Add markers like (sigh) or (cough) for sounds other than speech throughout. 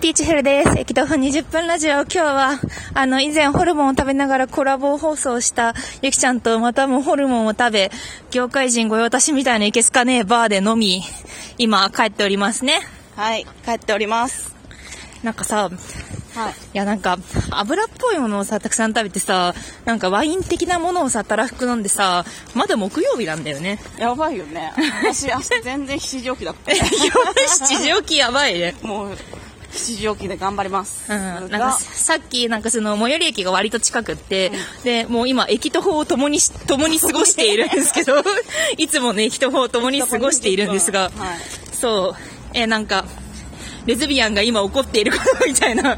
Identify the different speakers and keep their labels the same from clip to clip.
Speaker 1: ピーチフルです。駅頭20分ラジオ。今日は、あの、以前ホルモンを食べながらコラボ放送したゆきちゃんとまたもホルモンを食べ、業界人御用達みたいないけすかねえバーで飲み、今帰っておりますね。
Speaker 2: はい、帰っております。
Speaker 1: なんかさ、
Speaker 2: はい。
Speaker 1: いやなんか油っぽいものをさたくさん食べてさなんかワイン的なものをさたらふく飲んでさまだ木曜日なんだよね (laughs)
Speaker 2: やばいよね。私、明日全然7時起きだった。
Speaker 1: 夜7時起きやばいね
Speaker 2: もう、7時起きで頑張ります。
Speaker 1: うん、なんか
Speaker 2: が
Speaker 1: さっきなんかその最寄り駅が割と近くって、でもう今駅と法を共にし共に過ごしているんです (laughs) けどいつもね駅と法を共に過ごしているんですが、
Speaker 2: はい
Speaker 1: そうえーなんかレズビアンが今怒っていることみたいな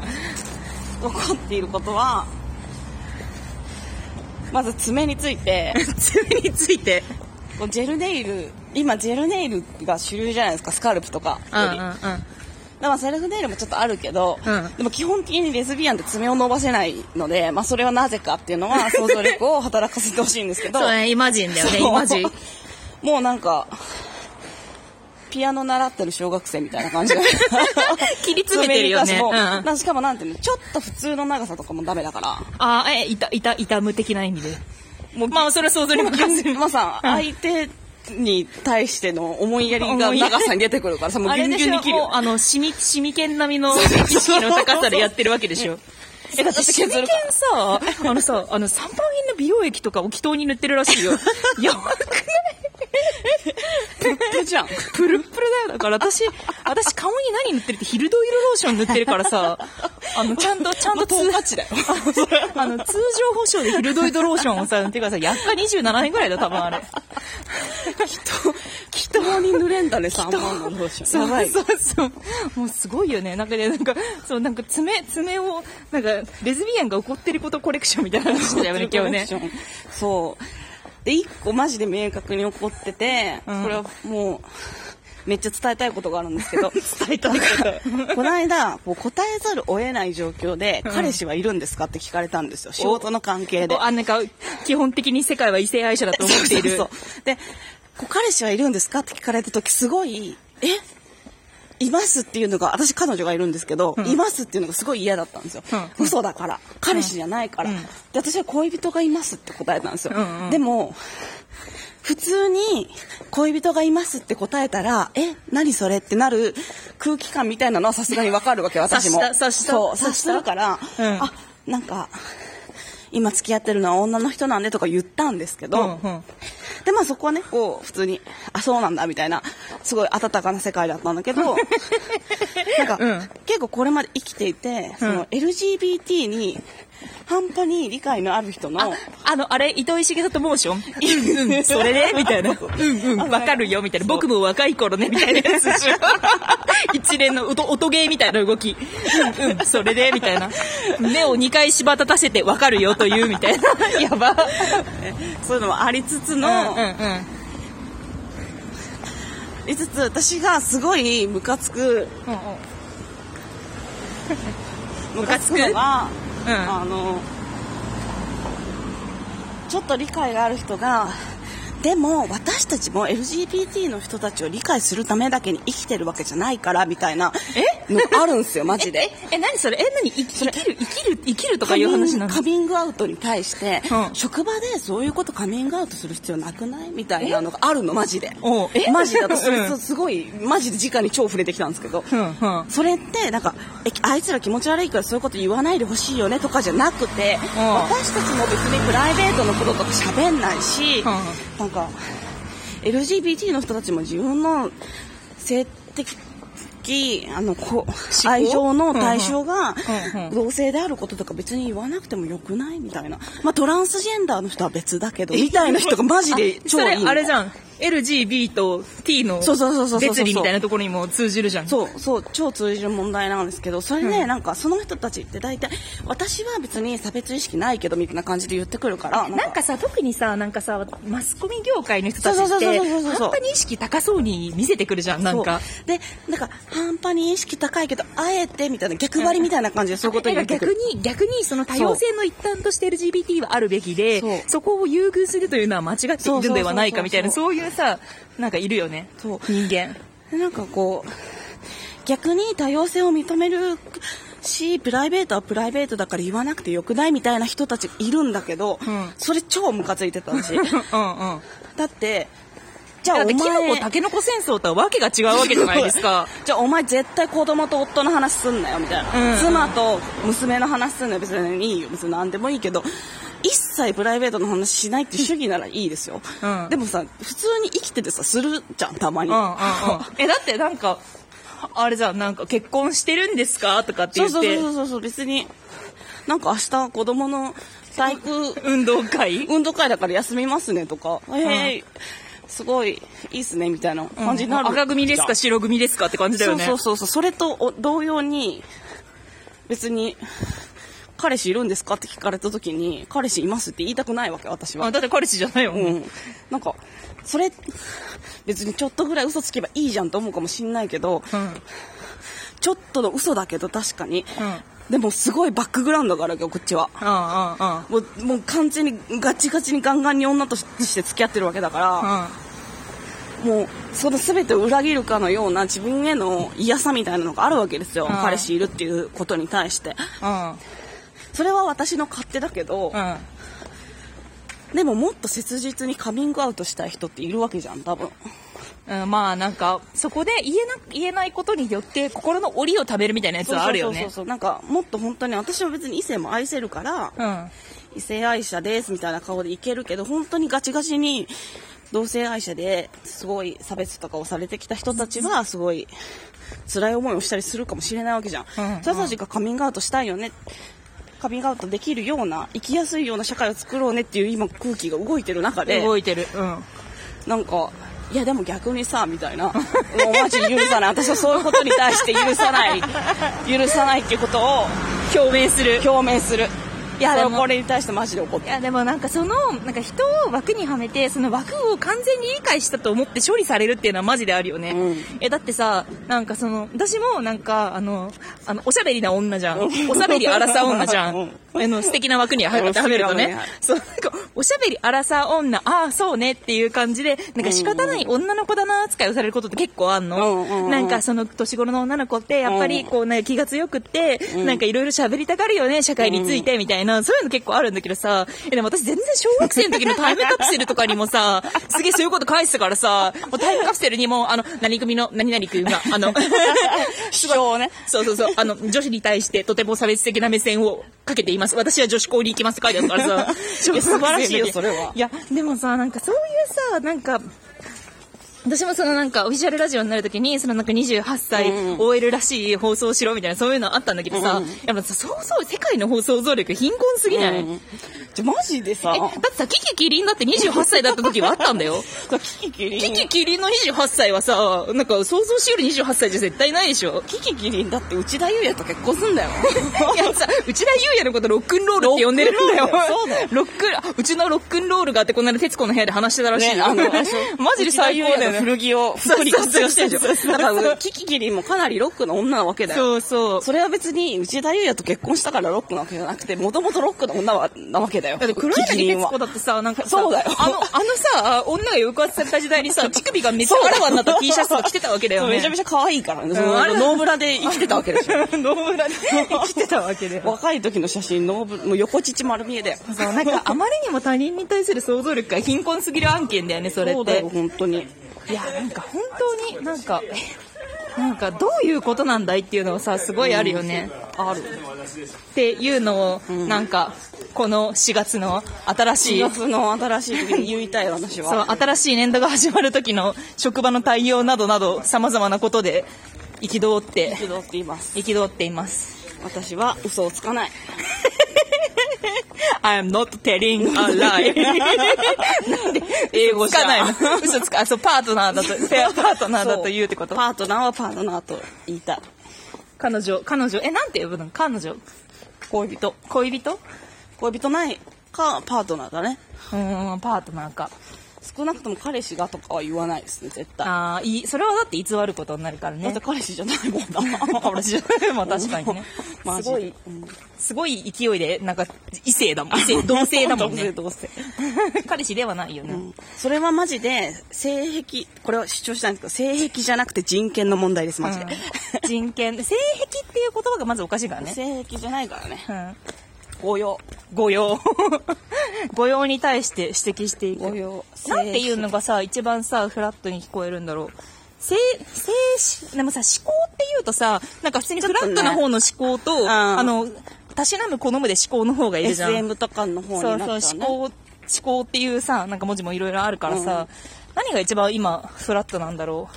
Speaker 2: 怒っていることは、まず爪について、
Speaker 1: 爪について
Speaker 2: こうジェルネイル、今ジェルネイルが主流じゃないですか、スカルプとかより。
Speaker 1: うんうん
Speaker 2: だか
Speaker 1: うん
Speaker 2: らまあセルフネイルもちょっとあるけど、
Speaker 1: うん
Speaker 2: でも基本的にレズビアンって爪を伸ばせないので、まあそれはなぜかっていうのは想像力を働かせてほしいんですけ
Speaker 1: (laughs)
Speaker 2: ど、
Speaker 1: そうねイマジンだよねイ
Speaker 2: そう
Speaker 1: マジン
Speaker 2: もうなんかピアノ習ってる小学生みたいな感じが
Speaker 1: 切り (laughs) 詰めてるよね
Speaker 2: 爪に関しても
Speaker 1: うんうん
Speaker 2: なしかもなんていうのちょっと普通の長さとかもダメだから
Speaker 1: あーえいたいたいた無的な意味で
Speaker 2: もう
Speaker 1: まあそれは想像に
Speaker 2: もう
Speaker 1: 任せる
Speaker 2: まあさ、
Speaker 1: うん
Speaker 2: 相手に対しての思いやりが長さに出てくるからさもう
Speaker 1: あ
Speaker 2: ギ
Speaker 1: れ
Speaker 2: ュン
Speaker 1: で
Speaker 2: ギュ
Speaker 1: し
Speaker 2: ン
Speaker 1: ょ
Speaker 2: に切る
Speaker 1: もう
Speaker 2: よ
Speaker 1: あのシミシミ剣並みの意識の高さでやってるわけでしょえだってシミ剣さあのさあの3万円の美容液とかを気筒に塗ってるらしい
Speaker 2: (laughs)
Speaker 1: よやばく
Speaker 2: 手じゃん
Speaker 1: プルップルだよだから私私顔に何塗ってるってヒルドイルローション塗ってるからさあのちゃんとちゃんと
Speaker 2: トンカチだよ
Speaker 1: あの通常保証でヒルドイドローションをさ塗ってくださいやっぱ27円ぐらいだ多分あれ
Speaker 2: (laughs) 人に濡れんだね3万のローション
Speaker 1: そ
Speaker 2: やば
Speaker 1: う
Speaker 2: い
Speaker 1: そうそう。もうすごいよね。なんかね、なんか、そう、なんか爪、爪を、なんか、レズビアンが怒ってることコレクションみたいな話だよね、今日ね。
Speaker 2: そうで1個マジで明確に怒ってて、
Speaker 1: うん
Speaker 2: これはもうめっちゃ伝えたいことがあるんですけど
Speaker 1: (laughs) 伝えたいこと。
Speaker 2: (laughs) この間もう答えざるを得ない状況で、彼氏はいるんですかって聞かれたんですよ仕事の関係で
Speaker 1: おあ、なんか、基本的に世界は異性愛者だと思っている。
Speaker 2: そうそうそうでこう彼氏はいるんですかって聞かれた時すごいえいますっていうのが私彼女がいるんですけど、
Speaker 1: ん
Speaker 2: いますっていうのがすごい嫌だったんですよ、
Speaker 1: うん
Speaker 2: 嘘だから彼氏じゃないから、
Speaker 1: うん
Speaker 2: で私は恋人がいますって答えたんですよ、
Speaker 1: うんうん
Speaker 2: でも普通に恋人がいますって答えたらえ何それってなる空気感みたいなのはさすがにわかるわけ私も
Speaker 1: 察した察した
Speaker 2: そう
Speaker 1: 察した
Speaker 2: 察するから、
Speaker 1: うん
Speaker 2: あなんか今付き合ってるのは女の人なんでとか言ったんですけど、
Speaker 1: うんうん
Speaker 2: でまあそこはねこう普通にあそうなんだみたいなすごい温かな世界だったんだ
Speaker 1: (laughs)
Speaker 2: けどなんか、
Speaker 1: うん
Speaker 2: 結構これまで生きていてその
Speaker 1: うん
Speaker 2: LGBT に半端に理解のある人の
Speaker 1: あ、あの、あれ、糸井重里モーション
Speaker 2: (laughs)
Speaker 1: うんうん、それね、みたいな。 (laughs) うんうん、わかるよ、みたいな。僕も若い頃ね、みたいなやつでしょ。 (laughs) 一連の音、音ゲーみたいな動き。うんうん、それで、みたいな。目を2回縛立たせて、わかるよ、という、みたいな。 (laughs) やば。
Speaker 2: そういうのもありつつ
Speaker 1: う
Speaker 2: の、
Speaker 1: んうんうん。
Speaker 2: ありつつ私がすごいムカつく
Speaker 1: うんうん
Speaker 2: ムカつくのが、
Speaker 1: うん
Speaker 2: あのちょっと理解がある人がでも私たちも LGBT の人たちを理解するためだけに生きてるわけじゃないからみたいなのあるんですよマジで。
Speaker 1: え、え、何それえ、何生き生きる、生きる、生きるとかいう話なの
Speaker 2: カミングアウトに対して、
Speaker 1: うん
Speaker 2: 職場でそういうことカミングアウトする必要なくないみたいなのがあるのマジで
Speaker 1: おうえ
Speaker 2: マジで私それ
Speaker 1: うん
Speaker 2: すごいマジで直に超触れてきたんですけど、
Speaker 1: うんうん
Speaker 2: それってなんかえあいつら気持ち悪いからそういうこと言わないでほしいよねとかじゃな
Speaker 1: う
Speaker 2: くて、
Speaker 1: ん
Speaker 2: 私たちも別にプライベートのこととか喋んないし、
Speaker 1: ん
Speaker 2: なんか LGBT の人たちも自分の性的あのこう愛情の対象が
Speaker 1: うんうん
Speaker 2: 同性であることとか別に言わなくてもよくないみたいな、まあ、トランスジェンダーの人は別だけどみたいな人がマジで
Speaker 1: あ
Speaker 2: 超
Speaker 1: そ
Speaker 2: いい
Speaker 1: れ
Speaker 2: みた
Speaker 1: あ
Speaker 2: い
Speaker 1: れじゃん LGB と T の
Speaker 2: そうそうそうそうそうそう
Speaker 1: 別離みたいなところにも通じるじゃん
Speaker 2: そうそう超通じる問題なんですけどそれね、
Speaker 1: うん
Speaker 2: なんかその人たちって大体私は別に差別意識ないけどみたいな感じで言ってくるから
Speaker 1: なんかさ特にさなんかさマスコミ業界の人たち
Speaker 2: そう
Speaker 1: っ
Speaker 2: そう
Speaker 1: て
Speaker 2: そうそうそうそ
Speaker 1: 半
Speaker 2: う
Speaker 1: 端に意識高そうに見せてくるじゃんなんか
Speaker 2: そうでなんか半端に意識高いけどあえてみたいな逆張りみたいな感じでそういうこと
Speaker 1: な
Speaker 2: 言
Speaker 1: ん
Speaker 2: っ
Speaker 1: か
Speaker 2: てく
Speaker 1: 逆
Speaker 2: る
Speaker 1: に逆にその多様性の一端として LGBT はあるべきで
Speaker 2: そう
Speaker 1: そこを優遇するというのは間違っているんではないかみたいな
Speaker 2: そ
Speaker 1: そういうさなんかいるよね
Speaker 2: そう
Speaker 1: 人間
Speaker 2: でなんかこう逆に多様性を認めるしプライベートはプライベートだから言わなくてよくないみたいな人たちがいるんだけど、
Speaker 1: うん
Speaker 2: それ超ムカつい
Speaker 1: (laughs)
Speaker 2: てたし
Speaker 1: うんうん。
Speaker 2: だってじゃあ
Speaker 1: だ
Speaker 2: お
Speaker 1: って、
Speaker 2: 前
Speaker 1: キノコ、タケノコ戦争とはわけが違うわけじゃないです (laughs) か。
Speaker 2: (laughs) じゃあお前絶対子供と夫の話すんなよみたいな、
Speaker 1: うん
Speaker 2: 妻と娘の話すんなよ別にいいよ別に何でもいいけど一切プライベートの話しないって主義ならいいですよ、
Speaker 1: うん
Speaker 2: でもさ普通に生きててさするじゃんたまに、
Speaker 1: うんうんうん。え、だってなんか、あれじゃん、なんか結婚してるんですかとかって
Speaker 2: そ
Speaker 1: 言っ
Speaker 2: うそう
Speaker 1: て、
Speaker 2: そうそうそう別になんか明日子供の体育
Speaker 1: 運動会
Speaker 2: 運動会だから休みますねとか、ええすごいいいっすねみたいな感じになる、
Speaker 1: 赤組ですか白組ですかって感じだよね。
Speaker 2: そうそうそうそうそれとお同様に別に彼氏いるんですかって聞かれた時に彼氏いますって言いたくないわけ私は
Speaker 1: あ、だって彼氏じゃないよ
Speaker 2: う
Speaker 1: ね。
Speaker 2: んなんかそれ別にちょっとぐらい嘘つけばいいじゃんと思うかもしんないけど
Speaker 1: うん。
Speaker 2: ちょっとの嘘だけど確かに、
Speaker 1: うん
Speaker 2: でもすごいバックグラウンドがあるわけよこっちは
Speaker 1: ああ、あ
Speaker 2: もうもう完全にガチガチにガンガンに女として付き合ってるわけだから、
Speaker 1: あ、あ
Speaker 2: もうその全てを裏切るかのような自分への嫌さみたいなのがあるわけですよ、
Speaker 1: うん
Speaker 2: 彼氏いるっていうことに対して
Speaker 1: あ、
Speaker 2: それは私の勝手だけど、
Speaker 1: うん。うん。
Speaker 2: でももっと切実にカミングアウトしたい人っているわけじゃん多分
Speaker 1: うん、まあなんかそこで言えな言えないことによって心の檻を食べるみたいなやつはあるよ
Speaker 2: そう
Speaker 1: ね
Speaker 2: そうそうそうなんかもっと本当に私は別に異性も愛せるから、
Speaker 1: うん
Speaker 2: 異性愛者ですみたいな顔でいけるけど本当にガチガチに同性愛者ですごい差別とかをされてきた人たちはすごい辛い思いをしたりするかもしれないわけじゃん、
Speaker 1: うんうん
Speaker 2: それたちがカミングアウトしたいよねカミングアウトできるような生きやすいような社会を作ろうねっていう今空気が動いてる中で
Speaker 1: 動いてるうん
Speaker 2: なんかいやでも逆にさみたいなもうマジ許さない私はそういうことに対して許さない許さないっていうことを
Speaker 1: 表明する
Speaker 2: 表明するいやで
Speaker 1: そ
Speaker 2: も
Speaker 1: の
Speaker 2: これに対してマジで怒って
Speaker 1: いやでもなんかそのなんか人を枠にはめてその枠を完全に理解したと思って処理されるっていうのはマジであるよね、
Speaker 2: うん
Speaker 1: えだってさなんかその私もなんかあのあのおしゃべりな女じゃんおしゃべり荒さ女じゃん、
Speaker 2: うん
Speaker 1: あの素敵な枠にはめてはめると
Speaker 2: うん
Speaker 1: ね
Speaker 2: はい
Speaker 1: そうなんかおしゃべり荒さ女ああそうねっていう感じでなんか仕方ない女の子だな扱いをされることって結構あんの、
Speaker 2: うんうんうん
Speaker 1: なんかその年頃の女の子ってやっぱりこうなんか気が強くって、なんかいろいろ喋りたがるよね社会についてみたいな、そういうの結構あるんだけどさえでも私全然小学生の時のタイムカプセルとかにもさすげえそういうこと返してたからさもうタイムカプセルにもあの何組の何々君があの
Speaker 2: 主張をね
Speaker 1: そうそうそう。あの、女子に対してとても差別的な目線をかけています。私は女子校に行きますって書いてあるからさ。
Speaker 2: (laughs) いや素晴らしい
Speaker 1: 小学生の
Speaker 2: よ
Speaker 1: 時
Speaker 2: それはい
Speaker 1: や、でもさ、なんかそういうさ、なんか、私もそのなんかオフィシャルラジオになるときにそのなんか28歳
Speaker 2: うんうん
Speaker 1: OL らしい放送しろみたいなそういうのあったんだけどさ、
Speaker 2: うんうん
Speaker 1: やっぱさそうそう世界の放送像力貧困すぎない、
Speaker 2: う
Speaker 1: え
Speaker 2: んじゃマジでさ
Speaker 1: だってさキキキリンだって28歳だった時はあったんだ
Speaker 2: (laughs)
Speaker 1: よ
Speaker 2: キキキリン
Speaker 1: キキキリンの28歳はさなんか想像しうる28歳じゃ絶対ないでしょ
Speaker 2: キキキリンだって内田裕也と結婚すんだよ
Speaker 1: いやさ、内田裕也のことロックンロールって呼んでるんだよ。
Speaker 2: ロックンロールだよ
Speaker 1: ロックンあうちのロックンロールがあってこの間、徹子の部屋で話してたらしい
Speaker 2: (laughs) ね
Speaker 1: よ。
Speaker 2: あの
Speaker 1: マジで最高だよ
Speaker 2: 内田裕也の
Speaker 1: ね。
Speaker 2: 古着を服に活用してるじ
Speaker 1: そうそうそう
Speaker 2: ゃんだからキキキリンもかなりロックの女なわけだよ
Speaker 1: そうそう。
Speaker 2: それは別に内田裕也と結婚したからロックなわけじゃなくてもともとロックの女はなわけだよ
Speaker 1: だって黒
Speaker 2: キキキリ
Speaker 1: 柳
Speaker 2: ン
Speaker 1: 徹
Speaker 2: は
Speaker 1: 子だってさ、なんかさ
Speaker 2: そうだよ
Speaker 1: あの、あのさ、女が抑圧された時代にさ、乳首がめっちゃわらわになった T シャツが着てたわけだよ
Speaker 2: そう
Speaker 1: ね。
Speaker 2: めちゃめちゃ可愛いからね、そ
Speaker 1: うん
Speaker 2: の
Speaker 1: あれ
Speaker 2: ノーブラで生きてたわけでしょ (laughs)
Speaker 1: 野村で生きてたわけだよ。
Speaker 2: 若い時の写真ノーブラもう横乳丸見えだよ
Speaker 1: そう、なんかあまりにも他人に対する想像力が貧困すぎる案件だよね、それって。
Speaker 2: そうだよ本当に
Speaker 1: いや、なんか本当になんか、なんかどういうことなんだいっていうのはさ、すごいあるよね。
Speaker 2: ある
Speaker 1: っていうのを、なんか、この4月の新しい、
Speaker 2: 4月の新しい時に言いたい私は
Speaker 1: そう、新しい年度が始まる時の職場の対応などなど、様々なことで、憤って、
Speaker 2: 一度って言います
Speaker 1: 憤っています。
Speaker 2: 私は嘘をつかない
Speaker 1: I am not telling a
Speaker 2: (laughs)
Speaker 1: lie. (laughs) 英語じゃないの。嘘つか、あそう、パートナーだ (laughs) と、ペアパートナーだと言うってこと
Speaker 2: パートナーはパートナーと言いたい
Speaker 1: 彼女、彼女、え、なんて呼ぶの彼女。
Speaker 2: 恋人
Speaker 1: 恋人
Speaker 2: 恋人ないかパートナーだね
Speaker 1: うーん、パートナーか。
Speaker 2: 少なくとも彼氏がとかは言わないですね、絶対。だ
Speaker 1: ああ、いい、それはだって偽ることになるから
Speaker 2: っ
Speaker 1: ね
Speaker 2: て。彼氏じゃないもんな。。
Speaker 1: (laughs) 俺じゃないまあ確かにね
Speaker 2: (laughs) マ
Speaker 1: す
Speaker 2: ジ
Speaker 1: ご
Speaker 2: で
Speaker 1: い、すごい勢いで、なんか、異性だも
Speaker 2: (laughs)
Speaker 1: ん。異性、同性だもんね。
Speaker 2: どうせどう
Speaker 1: (laughs)
Speaker 2: せ
Speaker 1: 彼氏ではないよね。
Speaker 2: うんそれはマジで、性癖、これを主張したいんですけど、性癖じゃなくて人権の問題です、マジで。
Speaker 1: うん人権。性癖っていう言葉がまずおかしいからね。
Speaker 2: 性癖じゃないからね。
Speaker 1: うん。
Speaker 2: ご用。
Speaker 1: 御用。 (laughs) 御用に対して指摘していく。
Speaker 2: 御用
Speaker 1: なんていうのがさ、一番さ、フラットに聞こえるんだろう。性、性し、でもさ、思考っていうとさ、なんか普通にフラットな方の思考と、
Speaker 2: ん
Speaker 1: あの、たしなむ好むで思考の方がいるじゃん。
Speaker 2: SM とかの方になった
Speaker 1: そ
Speaker 2: ら
Speaker 1: う
Speaker 2: ね。
Speaker 1: そう、思考、思考っていうさ、なんか文字もいろいろあるからさ、何が一番今、フラットなんだろ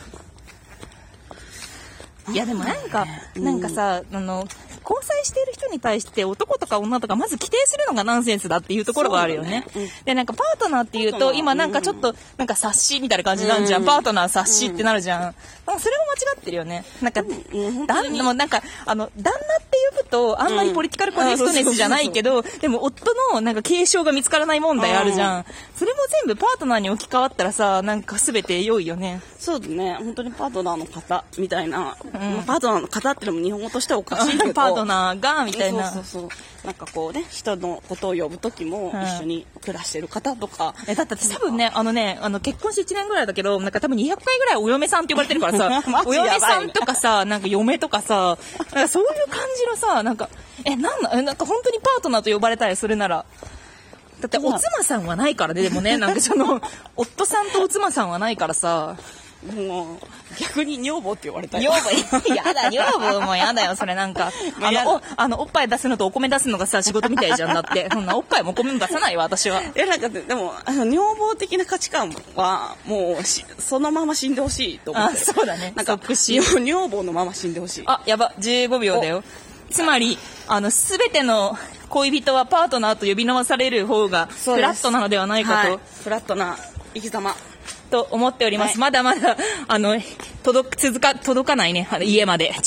Speaker 1: う。いや、でもなんか、なんかさ、あの、交際している人に対して男とか女とかまず規定するのがナンセンスだっていうところはあるよね。で、なんかパートナーっていう
Speaker 2: パートナ
Speaker 1: と、
Speaker 2: ー
Speaker 1: 今なんかちょっと、なんか察しみたいな感じなんじゃん。パートナー察しってなるじゃん。なんかそれも間違ってるよね。なんか、旦那もなんか、あの、旦那って呼ぶと、あんまりポリティカルコネクトネスじゃないけど、でも夫のなんか継承が見つからない問題あるじゃん。それも全部パートナーに置き換わったらさ、なんか全て良いよね。
Speaker 2: そうだね、本当にパートナーの方みたいな、まあパートナーの方ってのも日本語としてはおかしいけど、
Speaker 1: パートナーが、みたいな。
Speaker 2: そうそうそう、なんかこうね、人のことを呼ぶ時も
Speaker 1: うん
Speaker 2: 一緒に暮らしてる方とか、
Speaker 1: えだって私多分ね、あのね、あの結婚して1年ぐらいだけど、なんか多分200回ぐらいお嫁さんって呼ばれてるからさ
Speaker 2: (laughs) マ、ジ
Speaker 1: お
Speaker 2: やばいね
Speaker 1: 嫁さんとかさ、なんか嫁とかさ、なんかそういう感じのさ、なんか、え、なんな、えなんか本当にパートナーと呼ばれたりするなら、だってお妻さんはないからね、でもね、なんかその、夫さんとお妻さんはないからさ、
Speaker 2: もう逆に女房って言われたり
Speaker 1: 女房、 (laughs) やだ、女房もやだよ、それなんか。
Speaker 2: まあ
Speaker 1: あ
Speaker 2: やだ
Speaker 1: の、お、あの、おっぱい出すのとお米出すのがさ、仕事みたいじゃんだ
Speaker 2: (laughs)
Speaker 1: って。そんなおっぱいもお米も出さないわ、私は。
Speaker 2: (laughs) えなんかででもあの女房的な価値観はもうしそのまま死んでほしいと思ってる
Speaker 1: あそうだね
Speaker 2: なんか
Speaker 1: 即死
Speaker 2: 女女房のまま死んでほしい
Speaker 1: あ、やば、15秒だよ。つまり、あの、すべての恋人はパートナーと呼び直される方が、
Speaker 2: そう
Speaker 1: フ
Speaker 2: です
Speaker 1: ラットなのではないかと、
Speaker 2: はいフラットな生き様
Speaker 1: と思っております。
Speaker 2: はい
Speaker 1: まだまだ、あの、届く、続か、届かないね、あの家まで。じゃあ